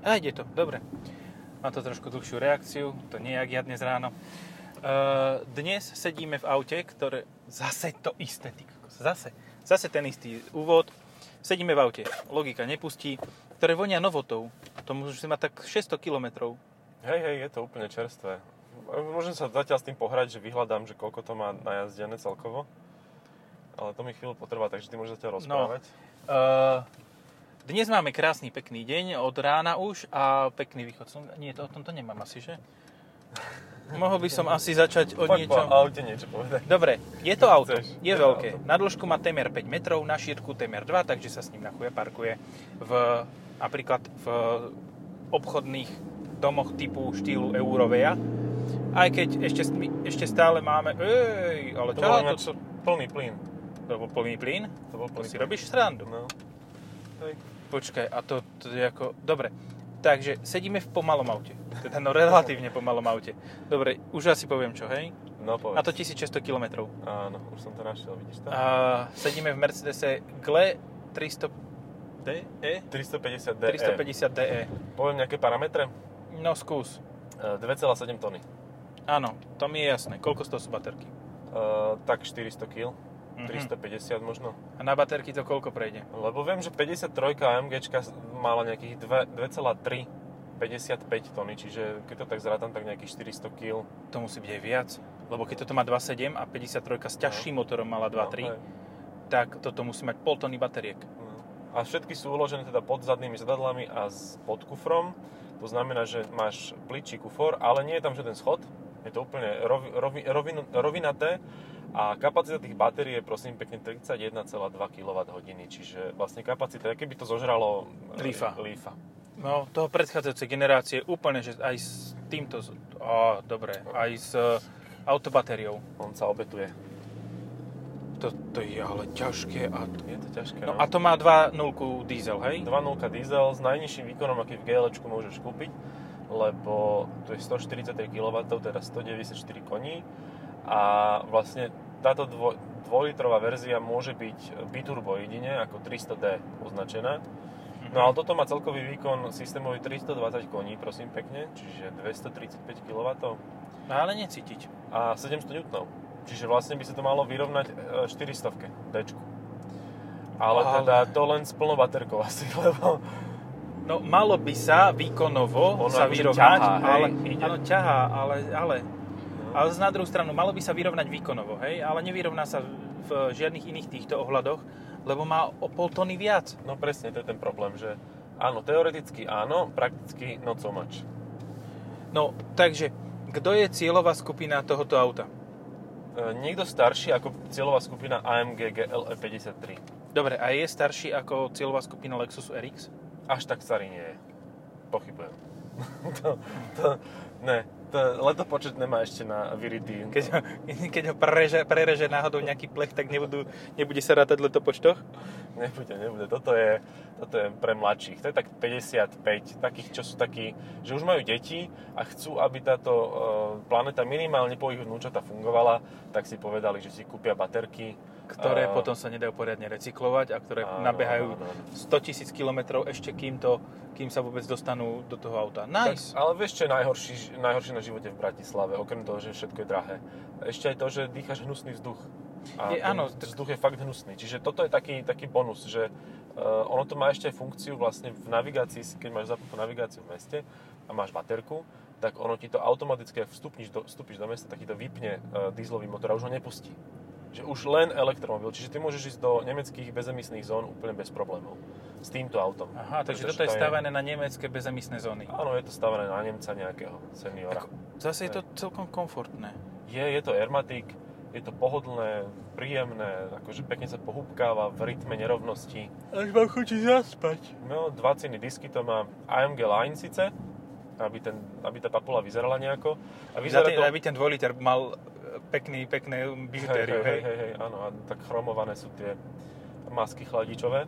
A ide to, dobre. Má to trošku dlhšiu reakciu, to nie jak ja dnes ráno. Uh, dnes sedíme v aute, ktoré... Zase to isté, ty kokos, Zase. Zase ten istý úvod. Sedíme v aute, logika nepustí, ktoré vonia novotou. To môže mať tak E, 600 km. Hej, hej, je to úplne čerstvé. Môžem sa zatiaľ s tým pohrať, že vyhľadám, že koľko to má najazdené celkovo. Ale to mi chvíľu potrvá, takže ty môžeš No, zatiaľ rozprávať. Uh, dnes máme krásny, pekný deň od rána už a pekný východ slnka. Nie, to, o tomto nemám asi, že? Mohol by som asi začať o Poď po niečom... aute niečo povedať. Dobre, je to auto, Chceš? je Je to veľké. auto. Na dĺžku má témer 5 metrov, na šírku témer 2, takže sa s ním na chuja parkuje v, napríklad v obchodných domoch typu štýlu Eurovea. Aj keď ešte, smi- ešte stále máme... Ej, ale To čo bol to, ináč to, plný plyn. to bol plný plyn? To bol To plný si plyn. robíš srandu. No. Hej. Počkaj, a to, to je ako... Dobre, takže sedíme v pomalom aute. Teda no relatívne pomalom aute. Dobre, už asi poviem čo, hej? No povedz. A to 1600 km. Áno, už som to našiel, vidíš to? A sedíme v Mercedese GLE E? 300 DE? 350 DE. 350 DE. Poviem nejaké parametre? E. No skús. E, 2,7 tony. Áno, to mi je jasné. Koľko stojí sú baterky? E, tak 400 kg. Mhm. 350 možno. A na baterky to koľko prejde? Lebo viem, že 53 AMGčka mala nejakých dve- 2,3 55 tony, čiže keď to tak zrátam, tak nejakých 400 kg. To musí byť aj viac. Lebo keď toto má 2.7 a 53 s ťažším motorom No, mala 2.3, tak toto musí mať pol tony bateriek. Mm. A všetky sú uložené teda pod zadnými zadadlami a s- pod kufrom. To znamená, že máš pličí kufor, ale nie je tam žiaden schod. Je to úplne rovi, rovi, rovin, rovinaté a kapacita tých batérií je prosím pekne 31,2 kWh, čiže vlastne kapacita, aké by to zožralo e, Lífa. lífa. No, toho predchádzajúcej generácie úplne, že aj s týmto, z- á, dobre, aj s e, autobatériou. On sa obetuje. To, to je ale ťažké a... Je to ťažké. No a to má 2.0 diesel, hej? 2.0 diesel s najnižším výkonom, aký v GL môžeš kúpiť, lebo tu je 143 kW, teda 194 koní a vlastne táto dvo, dvojlitrová verzia môže byť biturbo jedine ako 300D označená. No ale toto má celkový výkon systémový 320 koní, prosím pekne, čiže 235 kW No, ale necítiť. a 700 N. Čiže vlastne by sa to malo vyrovnať e, 400 D. Ale Ale- teda to len s plnou baterkou asi, lebo No malo by sa výkonovo Ono sa akože vyrovnať, ťahá, hej, ale, ide. No. áno, ťahá, ale, ale, ale z- na druhú stranu, malo by sa vyrovnať výkonovo, hej, ale nevyrovná sa v- v žiadnych iných týchto ohľadoch, lebo má o pol tony viac. No presne, to je ten problém, že áno, teoreticky áno, prakticky not so much. E, No, takže, kto je cieľová skupina tohoto auta? E, niekto starší ako cieľová skupina AMG GLE 53. Dobre, a je starší ako cieľová skupina Lexus RX? Až tak starý nie je. Pochybujem. to, to, ne, to letopočet nemá ešte na vyritý. Keď ho, keď ho prereže, prereže náhodou nejaký plech, tak nebudú, nebude sa rátať v letopočtoch? Nebude, nebude. Toto je, toto je pre mladších. To je tak 55, takých, čo sú takí, že už majú deti a chcú, aby táto e, planéta minimálne po ich vnúčata fungovala, tak si povedali, že si kúpia baterky. e, Ktoré A- potom sa nedajú poriadne recyklovať a ktoré Áno, nabehajú áno, áno. 100 tisíc kilometrov ešte kým, to, kým sa vôbec dostanú do toho auta. Nice. Tak, ale vieš, čo je najhorší, najhoršie na živote v Bratislave, okrem toho, že všetko je drahé? Ešte aj to, že dýchaš hnusný vzduch. A Je, ten áno, tak- vzduch je fakt hnusný. Čiže toto je taký, taký bonus, že uh, ono to má ešte aj funkciu vlastne v navigácii, si- keď máš zapnutú navigáciu v meste a máš baterku, tak ono ti to automaticky, ak vstúpniš do, vstúpiš do mesta, tak ti to vypne uh, dízlový motor a už ho nepustí. Že už len elektromobil. Čiže ty môžeš ísť do nemeckých bezemisných zón úplne bez problémov. S týmto autom. Aha, takže Pretože toto je to stavené na nemecké bezemisné zóny. Áno, je to stavené na Nemca nejakého Ako, seniora. zase je to celkom komfortné. Je, je to Ermatik, je to pohodlné, príjemné, akože pekne sa pohúbkáva v rytme nerovnosti. Až mám chuť zaspať. No, dva ciny disky to má AMG Line síce, aby, ten, aby tá papula vyzerala nejako. A Vyzerá vyzerá ten, to... Aby ten 2 liter mal e, pekný, pekné bižutériu, hej. hej, hej, hej, áno, a tak chromované sú tie masky chladičové.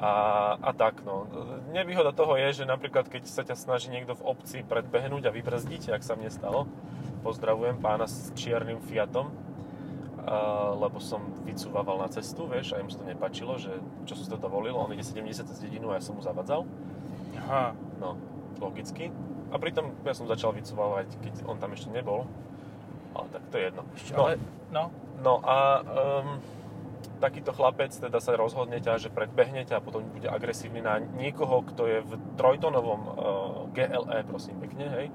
A, a tak, no. Nevýhoda toho je, že napríklad, keď sa ťa snaží niekto v obci predbehnúť a vybrzdiť, ak sa mne stalo, pozdravujem pána s čiernym Fiatom, a, lebo som vycúvaval na cestu, vieš, a im sa to nepačilo, že čo som si to dovolil, on ide 70 cez dedinu a ja som mu zavadzal. Aha, No, logicky. A pritom ja som začal vycovávať, keď on tam ešte nebol. Ale tak to je jedno. ešte, No, ale, no, no a um, takýto chlapec teda sa rozhodne ťa, že predbehne ťa a potom bude agresívny na niekoho, kto je v trojtonovom uh, GLE, prosím pekne, hej.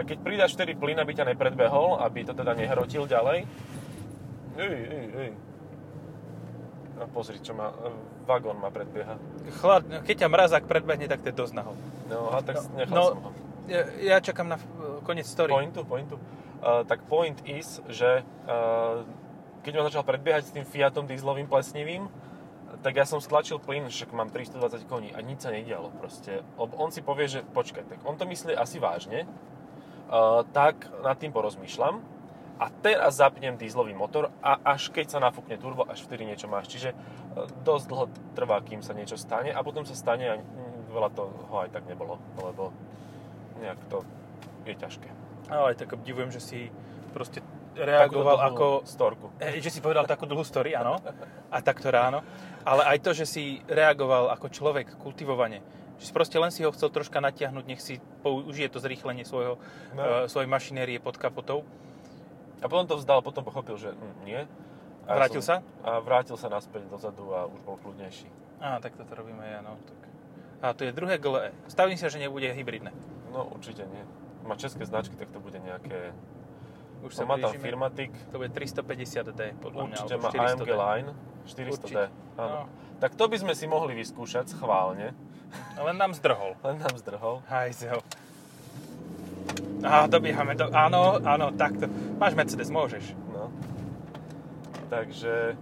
Tak keď pridáš 4 plyn, aby ťa nepredbehol, aby to teda nehrotil ďalej. Ej, ej, ej. A pozri, čo má, vagón ma predbieha. chlad, no, keď ťa mrazák predbehne, tak to je dosť nahol. No a tak No, nechal no, som ho. Ja, ja čakám na eh, koniec story. Pointu, pointu. Uh, tak point is, že uh, keď ma začal predbiehať s tým Fiatom dieselovým plesnivým, tak ja som stlačil plyn, však mám 320 koní a nič sa nedialo proste. Ob- On si povie, že počkaj, tak on to myslí asi vážne, uh, tak nad tým porozmýšľam a teraz zapnem dieselový motor a až keď sa nafúkne turbo, až vtedy niečo máš. Čiže uh, dosť dlho trvá, kým sa niečo stane a potom sa stane a mm, veľa toho aj tak nebolo, lebo nejak to je ťažké. Ale aj tak obdivujem, že si proste Takúto reagoval dlhú ako... storku. eh, Že si povedal takú dlhú story, áno. A takto ráno. Ale aj to, že si reagoval ako človek kultivovane. Že si proste len si ho chcel troška natiahnuť, nech si použije to zrýchlenie svojho, No. no. svojej mašinérie pod kapotou. A potom to vzdal, potom pochopil, že mm, nie. A ja Vrátil sa? A vrátil sa naspäť dozadu a už bol kľudnejší. Á, tak toto robíme aj, áno. Tak. A to je druhé GLE. Stavím sa, že nebude hybridné. No určite nie. Má české značky, tak to bude nejaké... Už Sa sa má tam blížime. Firmatik, To bude 350D, podľa určite mňa. má AMG Line 400D. Určite. Áno. No. Tak to by sme si mohli vyskúšať schválne. No, Len nám zdrhol. Len nám zdrhol. Hajzel. Á, dobiehame, do... áno, áno, takto. Máš Mercedes, môžeš. No. Takže...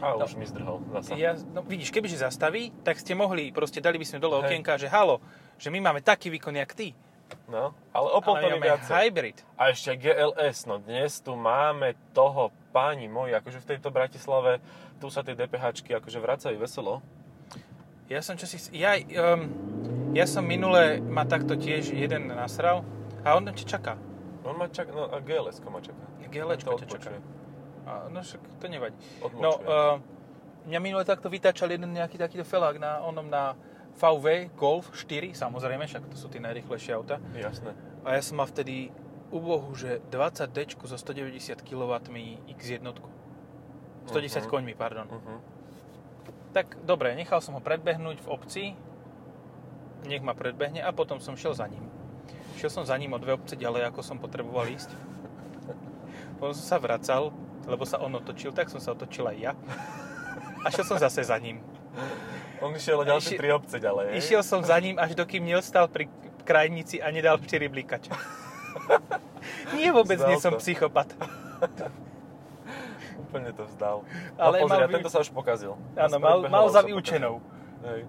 A No. už mi zdrhol zasa. Ja, no, vidíš, kebyže zastaví, tak ste mohli, proste dali by sme dole Hej. okienka, že halo, že my máme taký výkon, jak ty. No. Ale o pol ale tony my máme viacej. hybrid. A ešte aj GLS, no dnes tu máme toho, páni moji, akože v tejto Bratislave, tu sa tie DPHčky akože vracajú veselo. Ja som čosi... Ja, um, ja som minule ma takto tiež jeden nasral a on ťa čaká. On ma čaká, no a GLS ma čaká. GLčko On to ťa čaká. odbočuje, A, no však to nevadí. Odmočuje. No, uh, mňa minule takto vytáčal jeden nejaký takýto felák na onom na VW Golf 4, samozrejme, však to sú tie najrychlejšie auta. Jasné. A ja som mal vtedy úbohu, že 20D so 190 kW X1. 110 Mhm. koňmi, pardon. Uh-huh. Tak dobre, nechal som ho predbehnúť v obci, nech ma predbehne a potom som šiel za ním. Šiel som za ním o dve obce ďalej, ako som potreboval ísť. Potom som sa vracal, lebo sa on otočil, tak som sa otočil aj ja. A šiel som zase za ním. On išiel o Išiel- ďalšie tri obce ďalej. hej? eh, Išiel som za ním, až dokým neostal pri krajnici a nedal 4 blikača. Nie, vôbec Vzdal nie som to. psychopat. Úplne to vzdal. Ale Ale no, pozri, mal a tento vy- sa už pokazil. Áno, Aspoň mal, behal, mal ale za sa vyučenou. pokazil. Hej.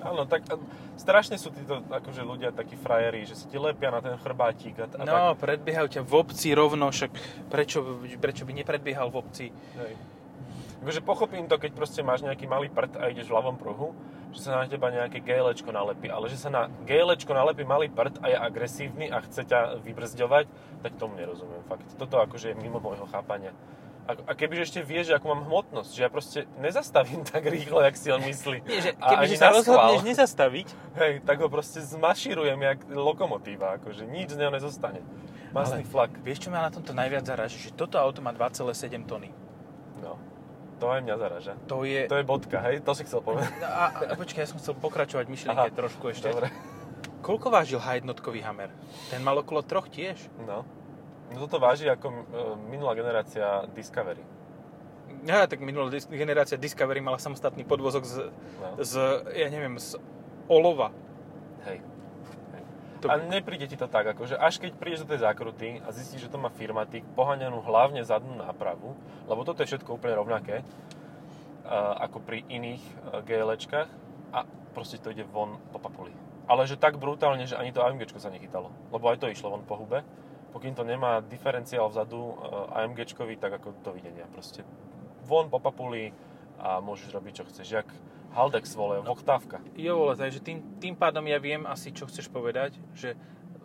Áno, tak a, strašne sú títo akože ľudia takí frajeri, že si ti lepia na ten chrbátik a, a tak. No, predbiehajú ťa v obci rovno, však prečo, prečo by nepredbiehal v obci? Hej. Akože pochopím to, keď proste máš nejaký malý prd a ideš v ľavom pruhu, že sa na teba nejaké GLčko nalepí, ale že sa na GLčko nalepí malý prd a je agresívny a chce ťa vybrzďovať, tak tomu nerozumiem fakt. Toto akože je mimo môjho chápania. A, a kebyže ešte vie, že ako mám hmotnosť, že ja proste nezastavím tak rýchlo, jak si on myslí. Nie, že A kebyže ani sa na schvál. rozhodneš nezastaviť, Hej, tak ho proste zmaširujem jak lokomotíva, akože nič z neho nezostane. Masný Ale- flak. vieš, čo ma na tomto najviac zaráža? Že toto auto má 2,7 tony. No, to aj mňa zaraža. To je... To je bodka, hej, to si chcel povedať. A, a, počkaj, ja som chcel pokračovať v myšlienke Aha, trošku ešte. Dobre. Koľko vážil H1-kový Hammer? Ten mal okolo troch tiež. No. No toto váži ako e, minulá generácia Discovery. Ja, tak minulá dis- generácia Discovery mala samostatný podvozok z, No. z ja neviem, z olova. Hej. To, A nepríde ti to tak, akože až keď prídeš do tej zákruty a zistíš, že to má firmatik, poháňanú hlavne zadnú nápravu, lebo toto je všetko úplne rovnaké, e, ako pri iných e, GLčkách a proste to ide von po papuli. Ale že tak brutálne, že ani to AMGčko sa nechytalo, lebo aj to išlo von po hube. Pokým to nemá diferenciál vzadu e, AMGčkový, tak ako to videnia. Proste von po papuli a môžeš robiť, čo chceš. Jak Haldex, vole, oktávka. jo, vole, takže tým, tým pádom ja viem asi, čo chceš povedať, že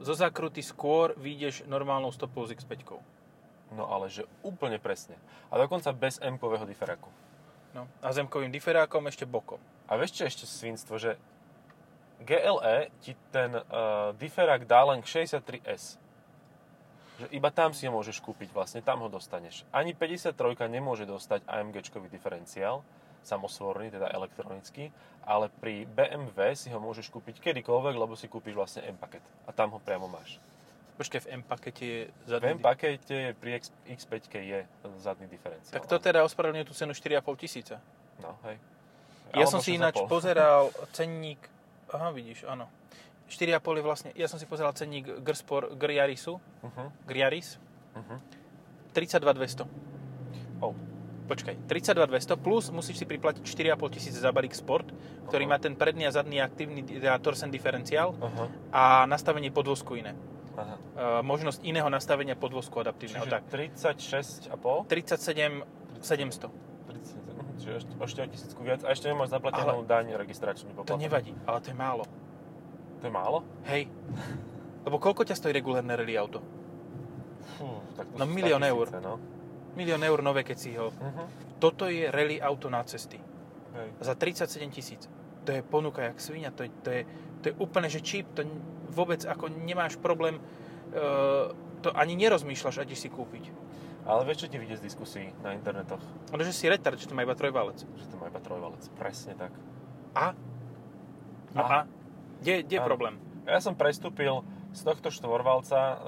zo zakruty skôr vyjdeš normálnou stopou z X5. No ale že úplne presne. A dokonca bez M-kového diferaku. No. A zemkovým diferákom ešte bokom. A vieš čo je ešte svinstvo, že GLE E ti ten uh, diferák dá len k 63S. Že iba tam si ho môžeš kúpiť vlastne, tam ho dostaneš. Ani 53 nemôže dostať AMG-čkový diferenciál, samosvorný, teda elektronický, ale pri BMW si ho môžeš kúpiť kedykoľvek, lebo si kúpiš vlastne M-paket a tam ho priamo máš. Počkaj, v M-pakete je V zadný... M-pakete je pri X- X5 je zadný diferenciál. Tak to teda ospravedlňuje tú cenu 4,5 tisíca. No, hej. Ja Alebo som si 6,5. ináč pozeral cenník, aha, vidíš, áno. 4,5 je vlastne, ja som si pozeral cenník Grspor Griarisu, Mhm, Griaris, mhm. 32,200. Oh. Počkaj, 32,200 plus musíš si priplatiť 4,5 tisíc za balík Sport, ktorý Aha. má ten predný a zadný aktívny teda torsen diferenciál Aha, a nastavenie podvozku iné. mhm, aha. E, možnosť iného nastavenia podvozku adaptívneho. Čiže Tak, 36,5? 37,700. 30, mhm, Čiže ešte- o 4 tisícku viac. A ešte nemáš zaplatenú daň registračnú To poplatok. nevadí, ale to je málo. To je málo? Hej. Lebo koľko ťa stojí regulárne rally auto? Fú, tak to No sú milión 100 000, eur. No. Milión eur nové, keď si ho... Mhm. Toto je rally auto na cesty. Hej. Za 37 tisíc. To je ponuka jak svinia. To je, to je, to je úplne, že čip. To n- vôbec ako nemáš problém... E, to ani nerozmýšľaš, a ideš si kúpiť. Ale vieš, čo ti vyjde z diskusí na internetoch? Ale že si retard, že to má iba trojvalec. Že to má iba trojvalec. Presne tak. A? No a? A? Kde kde je Áno. problém? Ja som prestúpil z tohto štvorvalca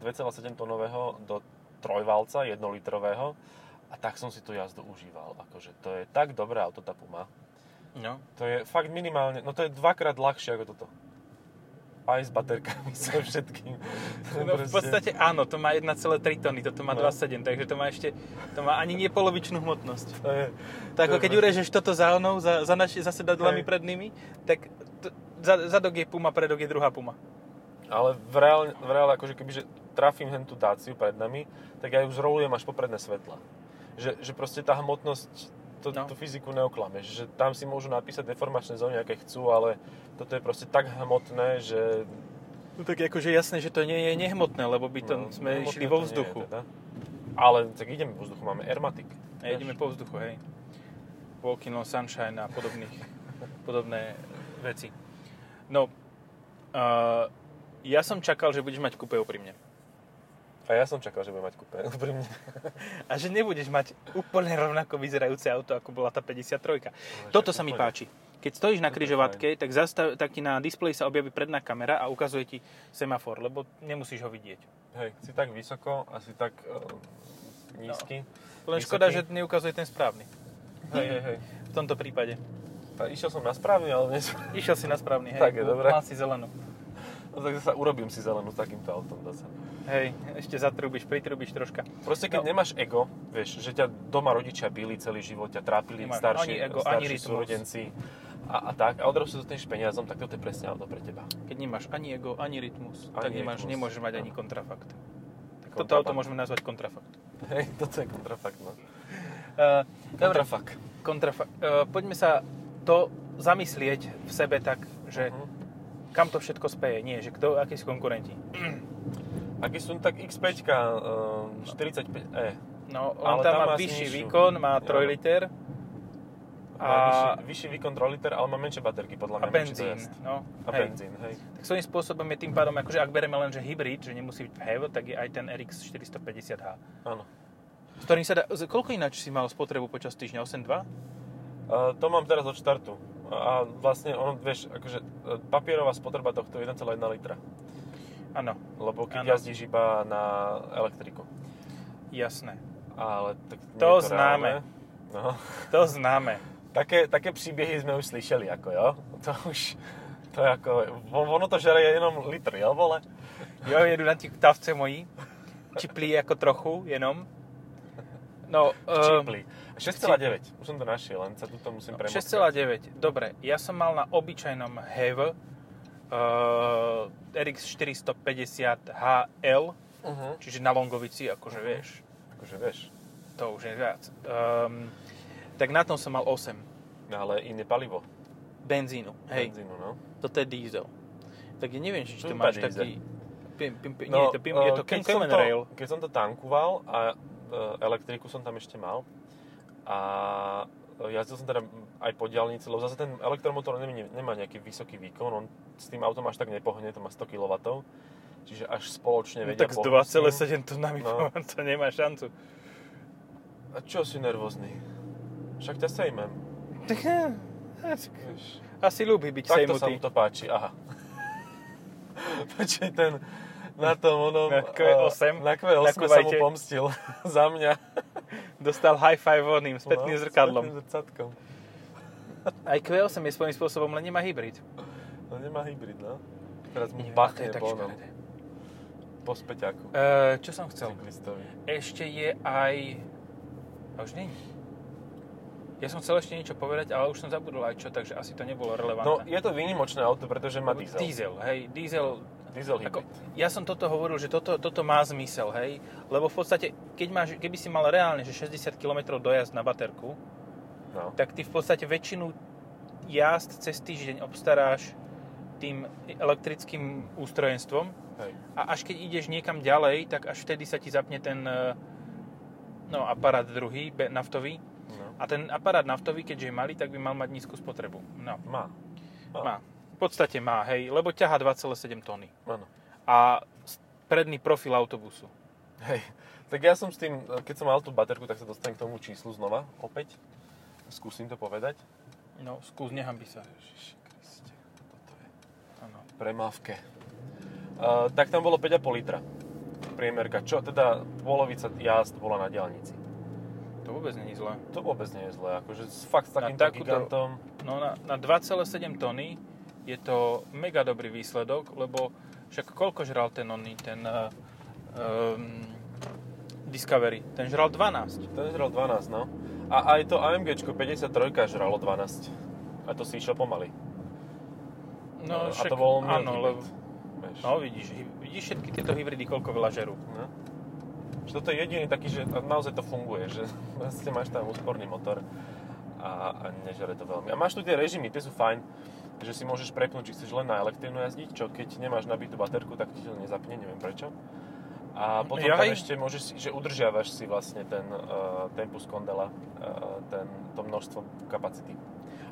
e, 2,7 tonového do trojvalca 1 litrového a tak som si tú jazdu užíval. Akože to je tak dobré auto tá Puma. No. To je fakt minimálne, no to je dvakrát ľahšie ako toto. Aj s baterkami, so všetkým. No, v Proste- podstate áno, to má 1,3 tony, toto má No. 2,7, takže to má ešte, to má ani nepolovičnú hmotnosť. To je, To ako je keď proste- urežeš toto za onou, za, za, naši, za sedadlami Hej. prednými, tak to, za, zadok je puma, predok je druhá puma. Ale v reálne, v reálne akože kebyže trafím hen tú dáciu pred nami, tak ja ju zrolujem až popredné svetla. Že, že proste tá hmotnosť, to, No. no. tú fyziku neoklameš. Že tam si môžu napísať deformačné zóny, aké chcú, ale toto je proste tak hmotné, že... No tak akože jasné, že to nie je nehmotné, lebo by to no, sme hmotné išli to vo nie je vzduchu. Teda. Ale tak ideme vo vzduchu, máme Airmatic. A jedeme po vzduchu, hej. Walking on sunshine a podobných, podobné veci. No, uh, ja som čakal, že budeš mať kupé pri mne. A ja som čakal, že budem mať kúpe. Úprimne. A že nebudeš mať úplne rovnako vyzerajúce auto, ako bola tá No, 53. Toto sa mi Úplne. páči. Keď stojíš na Toto je križovatke, tak, zastav, tak ti na displeji sa objaví predná kamera a ukazuje ti semafor, lebo nemusíš ho vidieť. Hej, si tak vysoko a si tak uh, nízky. Len Vysoký. škoda, že neukazuje ten správny. No. Hej, hej, hej. V tomto prípade. A išiel som na správny, ale nie som... Išiel si na správny, hej. Tak je, dobre. Mal si zelenú. No tak sa urobím si zelenú s takýmto autom zase. Hej, ešte zatrubíš, pritrubíš troška. Proste keď No. no. nemáš ego, vieš, že ťa doma rodičia bili celý život, ťa trápili Nemáš ani starší, ego, ani starší rytmus. súrodenci a, a tak, a odrazu sa dostaneš peniazom, tak toto je presne auto pre teba. Keď nemáš ani ego, ani rytmus, Ani tak nemáš, rytmus. No. nemôžeš mať ani Áno. kontrafakt. Tak Toto auto môžeme nazvať kontrafakt. Hej, toto je kontrafakt, no. Uh, dobre, Kontrafakt. kontrafa- uh, poďme sa to zamyslieť v sebe tak, že Mhm. kam to všetko speje. Nie, že kto, akí sú konkurenti. Aký sú tak X5, ehm, 45E. No, len Ale tam, tam má má vyšší nižšiu. výkon, má Jo. 3 liter Má vyšší, a, vyšší výkon 3 liter, ale má menšie baterky, podľa a mňa. menší benzín. dojazd. No, A hej. benzín, hej. Tak svojím spôsobom je tým pádom, akože ak bereme len, že hybrid, že nemusí byť PHEV, tak je aj ten RX 450H. Áno. S ktorým sa dá, z- koľko ináč si mal spotrebu počas týždňa? 8,2? Uh, to mám teraz od štartu. A vlastne, ono, vieš, akože e, papierová spotreba tohto je 1,1 litra. Áno, Lebo keď Áno. jazdíš iba na elektriku. jasné. Ale tak nie To je to známe. reálne. No. To známe. Také, také príbehy sme už slyšeli, ako jo. To už, to je ako, on- ono to žere jenom litr, jo, vole? Jo, jedu na tých tavce mojí. Čiplí ako trochu, jenom. No, ehm, V No, čipli. 6,9, už som to našiel, len sa tu to musím premočkať. 6,9. Dobre, ja som mal na obyčajnom HEV uh, RX 450 HL, Uh-huh. čiže na Longovici, akože Mhm. vieš, Akože vieš, to už je viac. Um, tak na tom som mal 8 no, ale iné palivo, benzínu. Hej, benzínu, no. toto je diesel. Tak ja neviem, či to Pumpa máš diesel. taký... Pim, pim, pim, nie, No, je to pim, je to eh, Ken som Common to, Rail. keď som to tankoval eh, a e, elektriku som tam ešte mal a e, jazdil som teda aj po diálnici, lebo zase ten elektromotor nem- nemá nejaký vysoký výkon, on s tým autom až tak nepohne, to má 100 kW, čiže až spoločne No, vedia tak s pohnúť s tým. 2,7 tunami no. No. to nemá šancu. A čo si nervózny? Však ťa sejmem. Tak, eh, tak Vieš. Asi ľúbi byť Takto sa mu sejmutý. to páči, aha. Počkej, ten na tom onom... Na Q8, eh, Na Q8 na sa mu Kuvajte. pomstil za mňa. Dostal high five oným, spätným No, zrkadlom. Spätným zrcadkom. Aj Q8 je svojím spôsobom, len nemá hybrid. No nemá hybrid, no. Teraz mu Neviem, to bachne je tak po, onom, škaredé. po späťaku. E, čo som chcel? Cyklistovi. Ešte je aj... A už nie. Ja som chcel ešte niečo povedať, ale už som zabudol aj čo, takže asi to nebolo No, relevantné. je to výnimočné auto, pretože má diesel. No, Diesel, hej, diesel. Diesel Ako, hybrid. ja som toto hovoril, že toto, toto má zmysel, hej, lebo v podstate, keď máš, keby si mal reálne, že 60 km dojazd na baterku, No. tak ty v podstate väčšinu jazd cez týždeň obstaráš tým elektrickým ústrojenstvom Hej. a až keď ideš niekam ďalej, tak až vtedy sa ti zapne ten e, no, aparát druhý, be- naftový. No. A ten aparát naftový, keďže je malý, tak by mal mať nízku spotrebu. No, Má. má. V podstate má, hej, lebo ťaha 2,7 tony. Áno. A s- predný profil autobusu. Hej. Tak ja som s tým, keď som mal tú baterku, tak sa dostanem k tomu číslu znova, opäť. Skúsim to povedať. No, skús, nehambi sa. Ježiši Kriste, toto je Áno. premávke. Uh, tak tam bolo 5,5 litra priemerka, čo teda polovica jazd bola na diálnici. To vôbec není zlé. To vôbec nie je zlé, akože s- fakt s Na takýmto takúto- gigantom, No na, na 2,7 tony je to mega dobrý výsledok, lebo však koľko žral ten oný, ten uh, um, Discovery? Ten žral 12. ten žral 12, no. A aj to AMG 53 žralo 12. A to si išiel pomaly. No, a však, to bol áno, lebo, No. No vidíš, hy- vidíš všetky tieto hybridy, koľko veľa žerú. no. Že toto je jediný taký, že naozaj to funguje, že vlastne máš tam úsporný motor a, a nežere to veľmi. A máš tu tie režimy, tie sú fajn, že si môžeš prepnúť, či chceš len na elektrínu jazdiť, čo keď nemáš nabitú baterku, tak ti to nezapne, neviem prečo. A potom tam Jaj. ešte môžeš, si- že udržiavaš si vlastne ten uh, tempus kondela, uh, ten, to množstvo kapacity.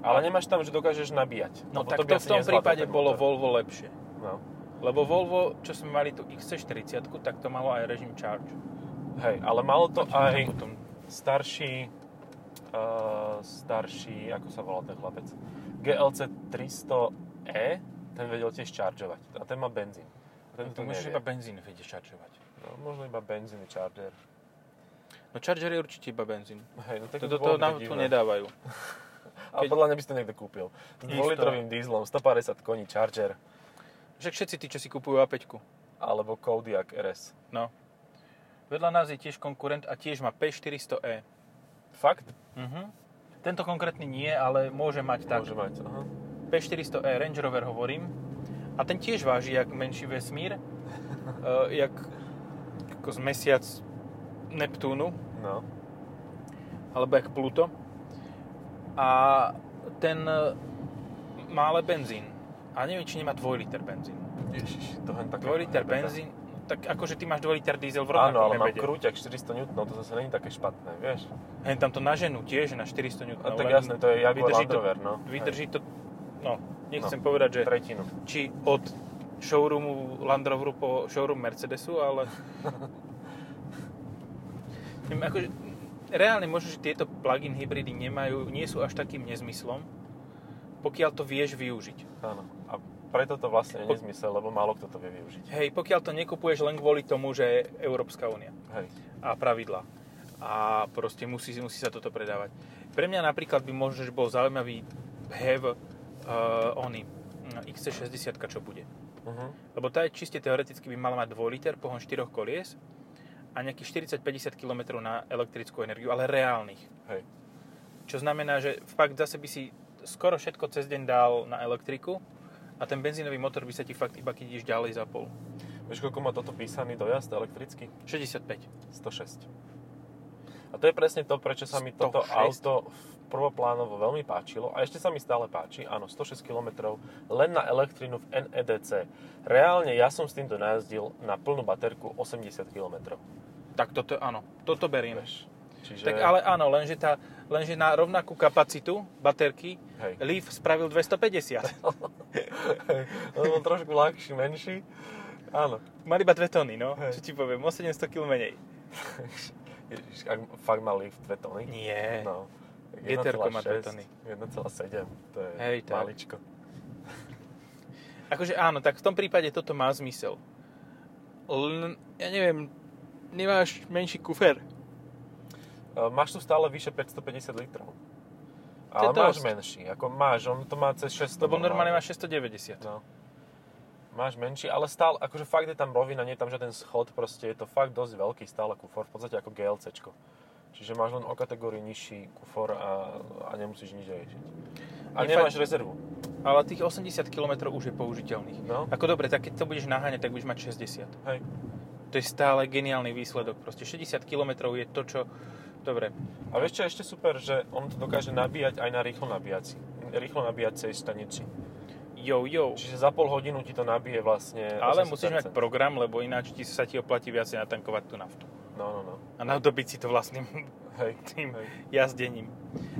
Ale nemáš tam, že dokážeš nabíjať. No lebo tak by to asi v tom nezvládol prípade ten bolo motor. Volvo lepšie. No. Lebo Volvo, čo sme mali tu XC40, tak to malo aj režim charge. Hej, ale malo to aj Potom, starší, uh, starší, ako sa volá ten chlapec, GLC 300E, E? ten vedel tiež čaržovať. A ten má benzín. A ten No to to môžeš nevie. iba benzín vedieť čaržovať. No, možno iba benzín charger. No charger je určite iba benzín. Hej, no tak Toto to bolo by nám tu divné. nedávajú. Ale Keď- podľa mňa by si to niekto kúpil. S Isto. 2-litrovým dízlom, 150 koní charger, Však všetci tí, čo si kupujú A5. alebo Kodiaq RS. No. Vedľa nás je tiež konkurent a tiež má P400e. Fakt? Mhm. Tento konkrétny nie, ale môže mať tak. Môže mať, aha. P400e Range Rover hovorím. A ten tiež váži jak menší vesmír. uh, jak ako z mesiac Neptúnu. No. Alebo jak Pluto. A ten e, má ale benzín. A neviem, či nemá 2 liter benzín. Ježiš, to len také... 2 liter hebeda. benzín, tak akože ty máš 2 liter diesel v Áno, rovnakom ale mám hebede. krúťak 400 N, to zase není také špatné, vieš? Hen tam to naženú tiež na 400 N. A tak jasné, to je Jaguar No, vydrží Land to- Rover, no. Vydrží to, no, nechcem povedať, že Hej, Tretinu. či od showroomu Land Roveru po showroom Mercedesu, ale... Neviem, akože, reálne možno, že tieto plug-in hybridy nemajú, nie sú až takým nezmyslom, pokiaľ to vieš využiť. Áno. A preto to vlastne je Po- nezmysel, lebo málo kto to vie využiť. Hej, pokiaľ to nekupuješ len kvôli tomu, že je Európska únia. Hej. a pravidla. A proste musí, musí sa toto predávať. Pre mňa napríklad by možno, že bol zaujímavý have uh, ony, mm, XC60, čo bude. Uh-huh. Lebo tá je čiste teoreticky by mala mať 2 liter, pohon 4 kolies a nejakých 40-50 km na elektrickú energiu, ale reálnych. Hej. Čo znamená, že fakt zase by si skoro všetko cez deň dal na elektriku a ten benzínový motor by sa ti fakt iba keď ideš ďalej za pol. Vieš, koľko má toto písaný dojazd elektrický? 65. 106. A to je presne to, prečo sa mi toto 106? auto v prvoplánovo veľmi páčilo a ešte sa mi stále páči. Áno, 106 km len na elektrinu v NEDC. Reálne ja som s týmto najazdil na plnú baterku 80 km. Tak toto, áno, toto beriem. Vieš, čiže... Tak ale áno, lenže tá, lenže na rovnakú kapacitu baterky Hej. Leaf spravil 250. On bol trošku ľahší, menší. Áno. Mal iba 2 tony, no. Hej. Čo ti poviem, o 700 kg menej. Ježiš, ak fakt mal lift 2 tony. Nie. No. tak GTR-ko má 1,6, dve tony. 1,7, to je Hej, tak. maličko. Akože áno, tak v tom prípade toto má zmysel. Len, ja neviem, nemáš menší kufer. E, Máš tu stále vyše 550 litrov. To je Ale máš dosť. menší, ako máš, on to má cez 600. Lebo normálne máš 690. No. Máš menší, ale stále, akože fakt je tam rovina, nie je tam žiaden schod, proste je to fakt dosť veľký stále kufor, v podstate ako GLCčko. Čiže máš len o kategórii nižší kufor a, a nemusíš nič riešiť. A Je nemáš rezervu. Ale tých 80 km už je použiteľných. No, Ako dobre, tak keď to budeš naháňať, tak budeš mať 60. hej. To je stále geniálny výsledok. Proste 60 km je to, čo... Dobre, A vieš čo je ešte super, že on to dokáže nabíjať aj na rýchlo nabíjaci. Rýchlo nabíjacej stanici. jo, jo. Čiže za pol hodinu ti to nabije vlastne Ale 80%. musíš mať program, lebo ináč ti sa ti oplatí viacej natankovať tú naftu. No, no, no. A nadobiť si to vlastným Hej, tým hej. jazdením.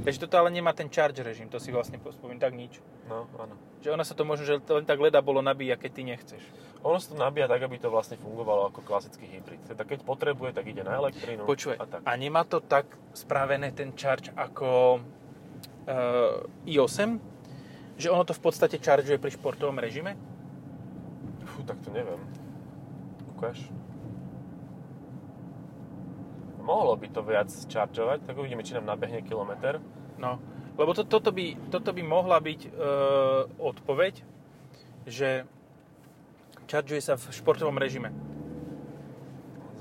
Takže toto ale nemá ten charge režim, to si vlastne pospomínam tak nič. No, áno. Že ono sa to možno, že to len tak leda bolo nabíja, keď ty nechceš. Ono sa to nabíja tak, aby to vlastne fungovalo ako klasický hybrid. Teda keď potrebuje, tak ide na elektrínu Počuje. No, a tak. A nemá to tak spravené ten charge ako uh, i8? Že ono to v podstate chargeuje pri športovom režime? Fú, tak to neviem. Ukáž. Mohlo by to viac čarčovať, tak uvidíme, či nám nabehne kilometr. No, lebo to, toto, by, toto by mohla byť e, odpoveď, že čaržuje sa v športovom režime.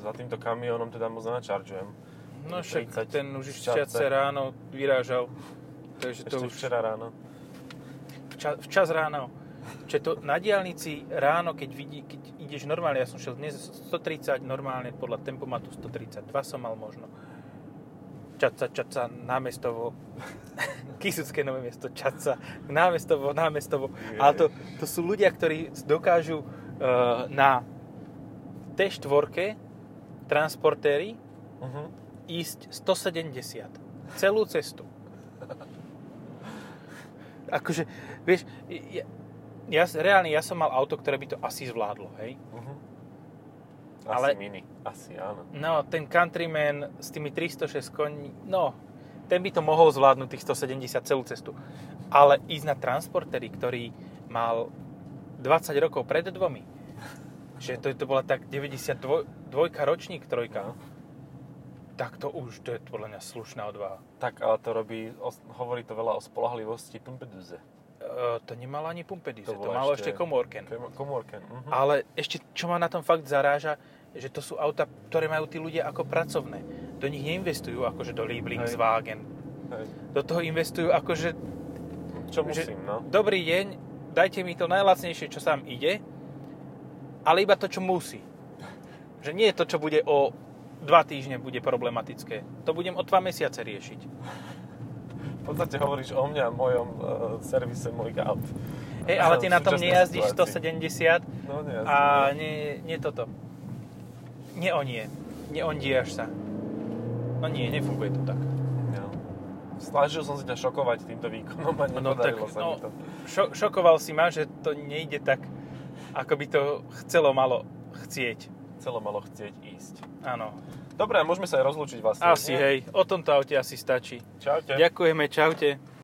Za týmto kamionom teda moc načaržujem. No však 30 ten už v čase. šťace ráno vyrážal, takže Ešte to už včera ráno. vča, včas ráno. Čiže to na diálnici ráno, keď, vidí, keď ideš normálne, ja som šiel dnes 130, normálne podľa tempomatu 132 som mal možno. Čaca, čaca, námestovo, Kisucké nové miesto, čaca, námestovo, námestovo. Ale to, to sú ľudia, ktorí dokážu uh, na T4 transportéry Uh-huh. ísť 170. Celú cestu. Akože, vieš, ja, ja, reálne ja som mal auto, ktoré by to asi zvládlo, hej? Uh-huh. Asi Mhm. Ale- Ale... mini. Asi áno. No, ten Countryman s tými 306 koní, no, ten by to mohol zvládnuť tých 170 celú cestu. Ale ísť na transportery, ktorý mal 20 rokov pred dvomi, že to, to bola tak 92 dvojka ročník, trojka, tak to už, to je podľa mňa slušná odvaha. Tak, ale to robí, os- hovorí to veľa o spolahlivosti Pumpeduze. E, to nemala ani pumpedize, to, To to bola malo ešte, Hm. ešte- ešte komórken. Komórken. Uh-huh. Ale ešte, čo ma na tom fakt zaráža, že to sú auta, ktoré majú tí ľudia ako pracovné. Do nich neinvestujú akože do Lieblingswagen. Hej. Do toho investujú akože, Čo že musím, no? dobrý deň, dajte mi to najlacnejšie, čo sám ide, ale iba to, čo musí. Že nie je to, čo bude o dva týždne bude problematické. To budem o dva mesiace riešiť. V podstate hovoríš o mňa, mojom uh, servise mojich aut. Hej, ale ty na tom Súčasnej nejazdíš situácii. 170, No, nie, A nie, nie toto. Nie on je. Nie on diaš sa. No nie, nefunguje to tak. No. Snažil som si ťa šokovať týmto výkonom a No tak, nepodarilo sa mi no, to. šo- šokoval si ma, že to nejde tak, ako by to chcelo malo chcieť. Celo malo chcieť ísť. Áno. Dobre, a môžeme sa aj rozlúčiť vlastne. Asi, nie? hej. O tomto aute asi stačí. Čaute. Ďakujeme, čaute.